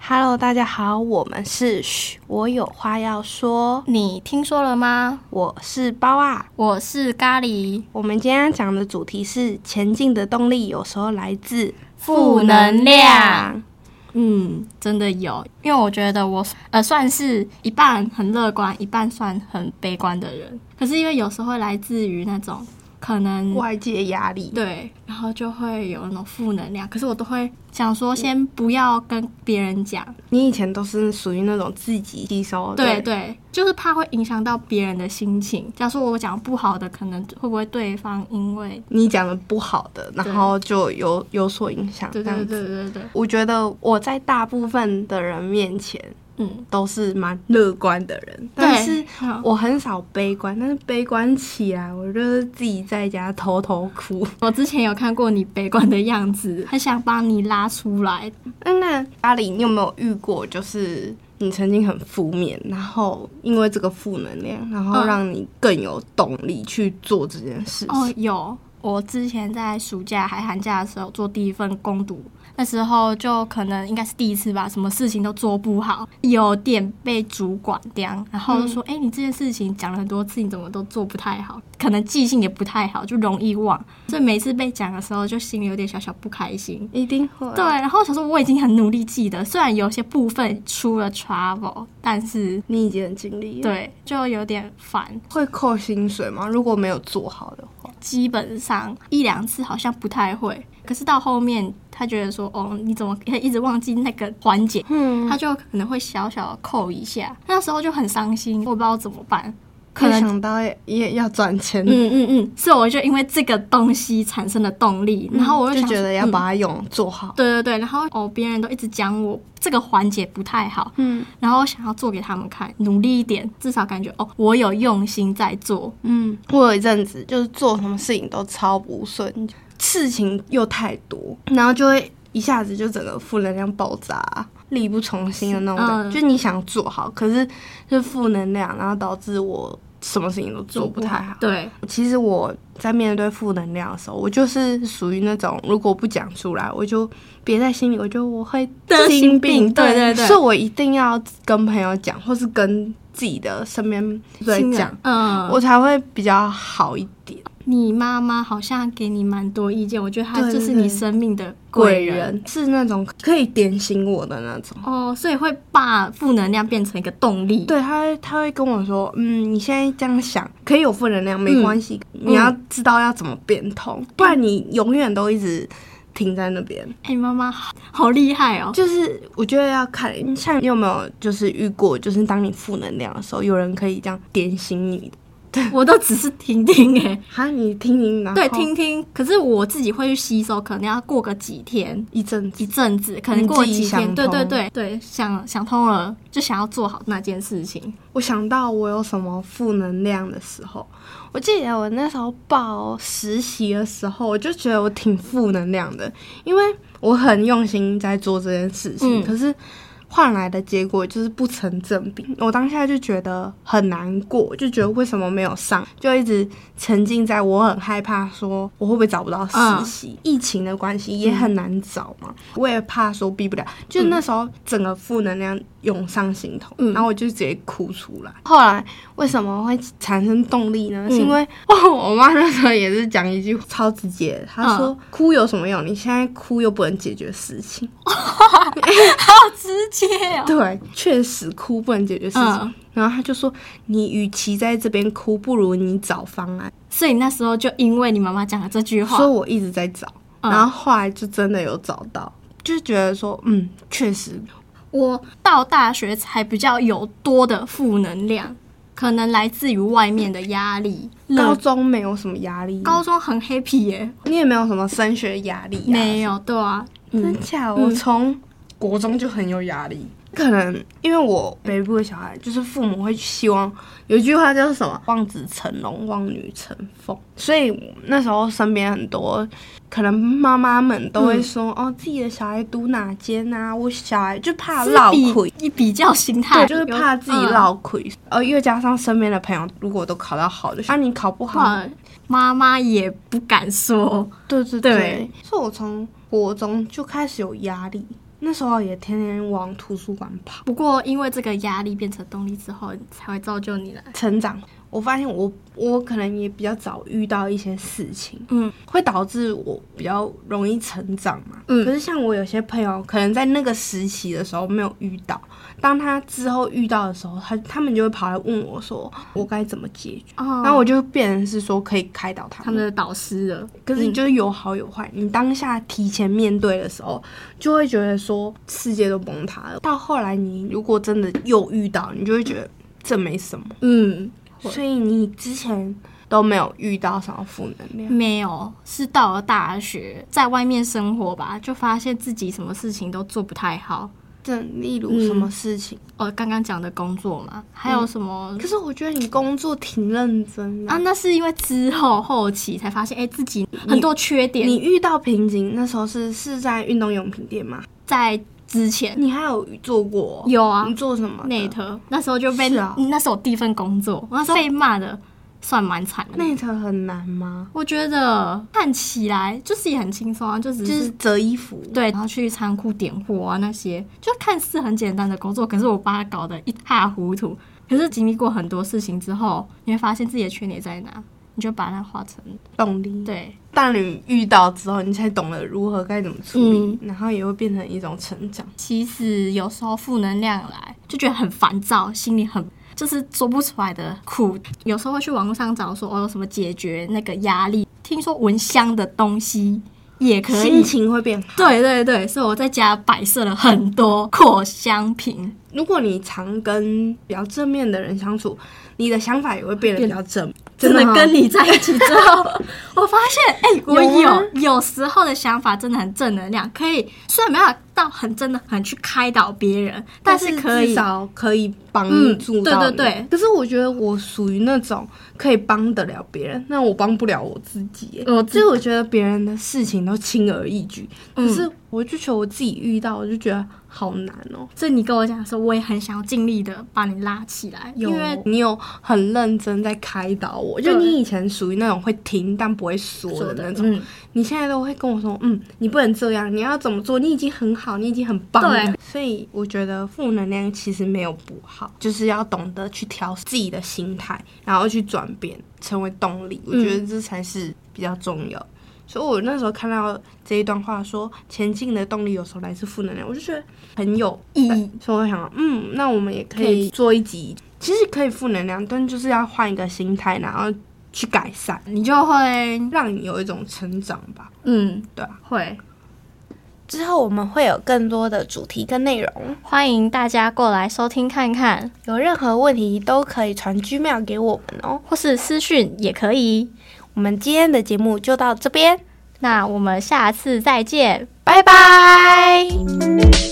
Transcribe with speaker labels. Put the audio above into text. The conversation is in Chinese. Speaker 1: Hello，大家好，我们是嘘，我有话要说。
Speaker 2: 你听说了吗？
Speaker 1: 我是包啊。
Speaker 2: 我是咖喱，
Speaker 1: 我们今天要讲的主题是前进的动力，有时候来自
Speaker 2: 负能量。
Speaker 1: 嗯，
Speaker 2: 真的有，因为我觉得我呃算是一半很乐观，一半算很悲观的人。可是因为有时候会来自于那种可能
Speaker 1: 外界压力。
Speaker 2: 对，然后就会有那种负能量。可是我都会想说，先不要跟别人讲，
Speaker 1: 你以前都是属于那种自己吸收，
Speaker 2: 哦对对，就是怕会影响到别人的心情。假如说我讲不好的，可能会不会对方因为
Speaker 1: 你讲的不好的，然后就有有所影响。
Speaker 2: 对
Speaker 1: 这样
Speaker 2: 对
Speaker 1: 子
Speaker 2: 对对对，
Speaker 1: 我觉得我在大部分的人面前
Speaker 2: 嗯，
Speaker 1: 都是蛮乐观的人，但是
Speaker 2: 嗯
Speaker 1: 我很少悲观，但是悲观起来，我就是自己在家偷偷 哭。
Speaker 2: 我之前有看过你悲观的样 子，很想把你拉出来。
Speaker 1: 嗯，那阿里，你有没有遇过，就是你曾经很负面，然后因为这个负能量，然后
Speaker 2: 嗯
Speaker 1: 让你更有动力去做这件事情？
Speaker 2: 哦，有，我之前在暑假还寒假的时候做第一份攻读，那时候就可能应该是第一次吧，什么事情都做不好，有点被主管刁，然后就说：“哎、你这件事情讲了很多次，你怎么都做不太好？可能记性也不太好，就容易忘。”所以每次被讲的时候，就心里有点小小不开心。
Speaker 1: 一定会啊。
Speaker 2: 对，然后我想说我已经很努力记得，虽然有些部分出了 trouble，但是
Speaker 1: 你已经很尽力了。，
Speaker 2: 对，就有点烦。
Speaker 1: 会扣薪水吗？如果没有做好的话，
Speaker 2: 基本上一两次好像不太会，可是到后面他觉得说，哦，你怎么一直忘记那个环节？
Speaker 1: 嗯
Speaker 2: 他就可能会小小的扣一下，那时候就很伤心，我不知道怎么办。
Speaker 1: 可
Speaker 2: 可能
Speaker 1: 想到也也要赚钱，
Speaker 2: 嗯嗯嗯，所以我就因为这个东西产生了动力，然后我
Speaker 1: 就
Speaker 2: 想
Speaker 1: 觉
Speaker 2: 说
Speaker 1: 得要
Speaker 2: 嗯
Speaker 1: 把它用做好。
Speaker 2: 对对对，然后哦，别人都一直讲我这个环节不太好，
Speaker 1: 嗯
Speaker 2: 然后想要做给他们看，努力一点，至少感觉哦，我有用心在做。
Speaker 1: 嗯，我有一阵子就是做什么事情都超不顺，事情又太多，然后就会一下子就整个负能量爆炸，力不从心的那种感
Speaker 2: 嗯
Speaker 1: 觉。就你想做好，可是就是负能量，然后导致我什么事情都做不太好。
Speaker 2: 对，
Speaker 1: 其实我在面对负能量的时候，我就是属于那种如果不讲出来，我就憋在心里，我觉得我会
Speaker 2: 得心
Speaker 1: 心
Speaker 2: 病对对对
Speaker 1: 所以我一定要跟朋友讲，或是跟自己的身边人
Speaker 2: 新人
Speaker 1: 讲，
Speaker 2: 嗯，
Speaker 1: 我才会比较好一点。
Speaker 2: 你妈妈好像给你蛮多意见，我觉得她
Speaker 1: 对
Speaker 2: 就是
Speaker 1: 对
Speaker 2: 你生命的贵人
Speaker 1: 是那种可以点醒我的那种，
Speaker 2: 哦，所以会把负能量变成一个动力。
Speaker 1: 对他会他会跟我说，嗯，你现在这样想可以有负能量，
Speaker 2: 嗯
Speaker 1: 没关系，你要知道要怎么变通，不然你永远都一直停在那边。
Speaker 2: 哎、妈妈好好厉害哦！
Speaker 1: 就是我觉得要看，像你有没有就是遇过，就是当你负能量的时候，有人可以这样点醒你的。
Speaker 2: 我都只是听听 哎、
Speaker 1: 哈，你听听，然后
Speaker 2: 对，听听。可是我自己会去吸收，可能要过个几天、
Speaker 1: 一阵子
Speaker 2: 一，阵子，可能过
Speaker 1: 你自己
Speaker 2: 几
Speaker 1: 想
Speaker 2: 天，对对
Speaker 1: 通
Speaker 2: 对对，想想通了，就想要做好那件事情。
Speaker 1: 我想到我有什么负能量的时候，我记得我那时候报实习的时候，我就觉得我挺负能量的，因为我很用心在做这件事情，
Speaker 2: 嗯
Speaker 1: 可是换来的结果就是不成正比。我当下就觉得很难过，就觉得为什么没有上，就一直沉浸在我很害怕说我会不会找不到实习，疫情的关系也很难找嘛，我也怕说毕不了，就那时候整个负能量涌上心头，
Speaker 2: 嗯
Speaker 1: 然后我就直接哭出来。后来为什么会产生动力呢？是因为哦，我妈那时候也是讲一句超直接的，她说、哭有什么用？你现在哭又不能解决事情。
Speaker 2: 好直接哦！
Speaker 1: 对，确实哭不能解决事情。
Speaker 2: 嗯
Speaker 1: 然后她就说，你与其在这边哭，不如你找方案。
Speaker 2: 所以那时候就因为你妈妈讲了这句话
Speaker 1: 所，以我一直在找，
Speaker 2: 嗯
Speaker 1: 然后后来就真的有找到，就觉得说，嗯，确实
Speaker 2: 我到大学才比较有多的负能量，可能来自于外面的压力。
Speaker 1: 高
Speaker 2: 乐
Speaker 1: 中没有什么压力，
Speaker 2: 高中很 happy 耶、
Speaker 1: 你也没有什么升学压力、啊，嗯
Speaker 2: 没有，对啊，
Speaker 1: 真假？我从国中就很有压力，可能因为我北部的小孩，就是父母会希望有一句话叫什么“望子成龙，望女成凤”，所以那时候身边很多可能妈妈们都
Speaker 2: 嗯
Speaker 1: 会说：“哦，自己的小孩读哪间啊？我小孩就怕落亏。”
Speaker 2: 一比较心态，嗯
Speaker 1: 对，就是怕自己落亏，呃，又加上身边的朋友如果都考到好的，那、啊、你考不好，
Speaker 2: 嗯。妈妈也不敢说，
Speaker 1: 对对
Speaker 2: 对，
Speaker 1: 所以我从国中就开始有压力，那时候也天天往图书馆跑，
Speaker 2: 不过因为这个压力变成动力之后，才会造就你来。
Speaker 1: 成长。我发现我我可能也比较早遇到一些事情，
Speaker 2: 嗯，
Speaker 1: 会导致我比较容易成长嘛。
Speaker 2: 嗯
Speaker 1: 可是像我有些朋友，可能在那个时期的时候没有遇到，当他之后遇到的时候，他他们就会跑来问我说，我该怎么解决？
Speaker 2: 哦
Speaker 1: 然后我就变成是说可以开导他
Speaker 2: 他们的导师了，
Speaker 1: 可是就是有好有坏，你当下提前面对的时候，就会觉得说世界都崩塌了。到后来，你如果真的又遇到，你就会觉得这没什么，
Speaker 2: 嗯，会
Speaker 1: 所以你之前都没有遇到什么负能量。
Speaker 2: 没有，是到了大学，在外面生活吧，就发现自己什么事情都做不太好。
Speaker 1: 这例如什么事情？
Speaker 2: 哦，刚刚讲的工作嘛，还
Speaker 1: 嗯
Speaker 2: 有什么、
Speaker 1: 可是我觉得你工作挺认真的、
Speaker 2: 嗯啊？那是因为之后后期才发现，哎、自己很多缺点。
Speaker 1: 你遇到瓶颈那时候是是在运动用品店吗？
Speaker 2: 在之前
Speaker 1: 你还有做过？
Speaker 2: 嗯有啊
Speaker 1: 你做什么的
Speaker 2: 内特，那时候就被、
Speaker 1: 是啊
Speaker 2: 那是我第一份工作，我那时候被骂的算蛮惨的。
Speaker 1: 内特很难吗？
Speaker 2: 我觉得看起来就是也很轻松啊，就只、
Speaker 1: 就是是折衣服。
Speaker 2: 对，然后去仓库点货啊那些，就看似很简单的工作，可是我把它搞得一塌糊涂。可是经历过很多事情之后，你会发现自己的缺点在哪，你就把它化成
Speaker 1: 动力。
Speaker 2: 对，
Speaker 1: 当你遇到之后，你才懂得如何该怎么处理，
Speaker 2: 嗯
Speaker 1: 然后也会变成一种成长。
Speaker 2: 其实有时候负能量来，就觉得很烦躁，心里很就是说不出来的苦。有时候会去网络上找说，哦，有什么解决那个压力？听说蚊香的东西也可
Speaker 1: 心
Speaker 2: 以。
Speaker 1: 情会变好。
Speaker 2: 对对对，所以我在家摆设了很多扩香瓶，
Speaker 1: 如果你常跟比较正面的人相处，你的想法也会变得比较正。
Speaker 2: 真的
Speaker 1: 吗
Speaker 2: 跟你在一起之后，我发现，哎、我有
Speaker 1: 有吗
Speaker 2: 有时候的想法真的很正能量，可以虽然没办法到很真的很去开导别人，但是可
Speaker 1: 至
Speaker 2: 以
Speaker 1: 少可以帮助
Speaker 2: 嗯
Speaker 1: 到、
Speaker 2: 对对对。
Speaker 1: 可是我觉得我属于那种可以帮得了别人，那我帮不了我哦自己耶。
Speaker 2: 我
Speaker 1: 所以我觉得别人的事情都轻而易举，
Speaker 2: 嗯
Speaker 1: 可是我就觉得我自己遇到，我就觉得好难哦、
Speaker 2: 所以你跟我讲的时候，我也很想要尽力的把你拉起来，因
Speaker 1: 因为
Speaker 2: 为
Speaker 1: 你有很认真在开导我，就
Speaker 2: 对
Speaker 1: 你以前属于那种会听但不会说的那种，
Speaker 2: 嗯，
Speaker 1: 你现在都会跟我说，嗯，你不能这样，你要怎么做？你已经很好，你已经很棒了
Speaker 2: 对。
Speaker 1: 所以我觉得负能量其实没有不好，就是要懂得去调自己的心态，然后去转变，成为动力。我觉
Speaker 2: 嗯
Speaker 1: 得这才是比较重要。所以我那时候看到这一段话说，前进的动力有时候来自负能量，我就觉得很有
Speaker 2: 意义
Speaker 1: 对所以我想，嗯，那我们也可
Speaker 2: 可
Speaker 1: 以
Speaker 2: 以
Speaker 1: 做一集，其实可以负能量，但就是要换一个心态，然后去改善，
Speaker 2: 你就会
Speaker 1: 让你有一种成长吧。
Speaker 2: 嗯，
Speaker 1: 对啊，
Speaker 2: 会
Speaker 1: 之后我们会有更多的主题跟内容，
Speaker 2: 欢迎大家过来收听看看，
Speaker 1: 有任何问题都可以传 Gmail 给我们哦。
Speaker 2: 或是私讯也可以。
Speaker 1: 我们今天的节目就到这边，
Speaker 2: 那我们下次再见，
Speaker 1: 拜拜。
Speaker 2: 拜。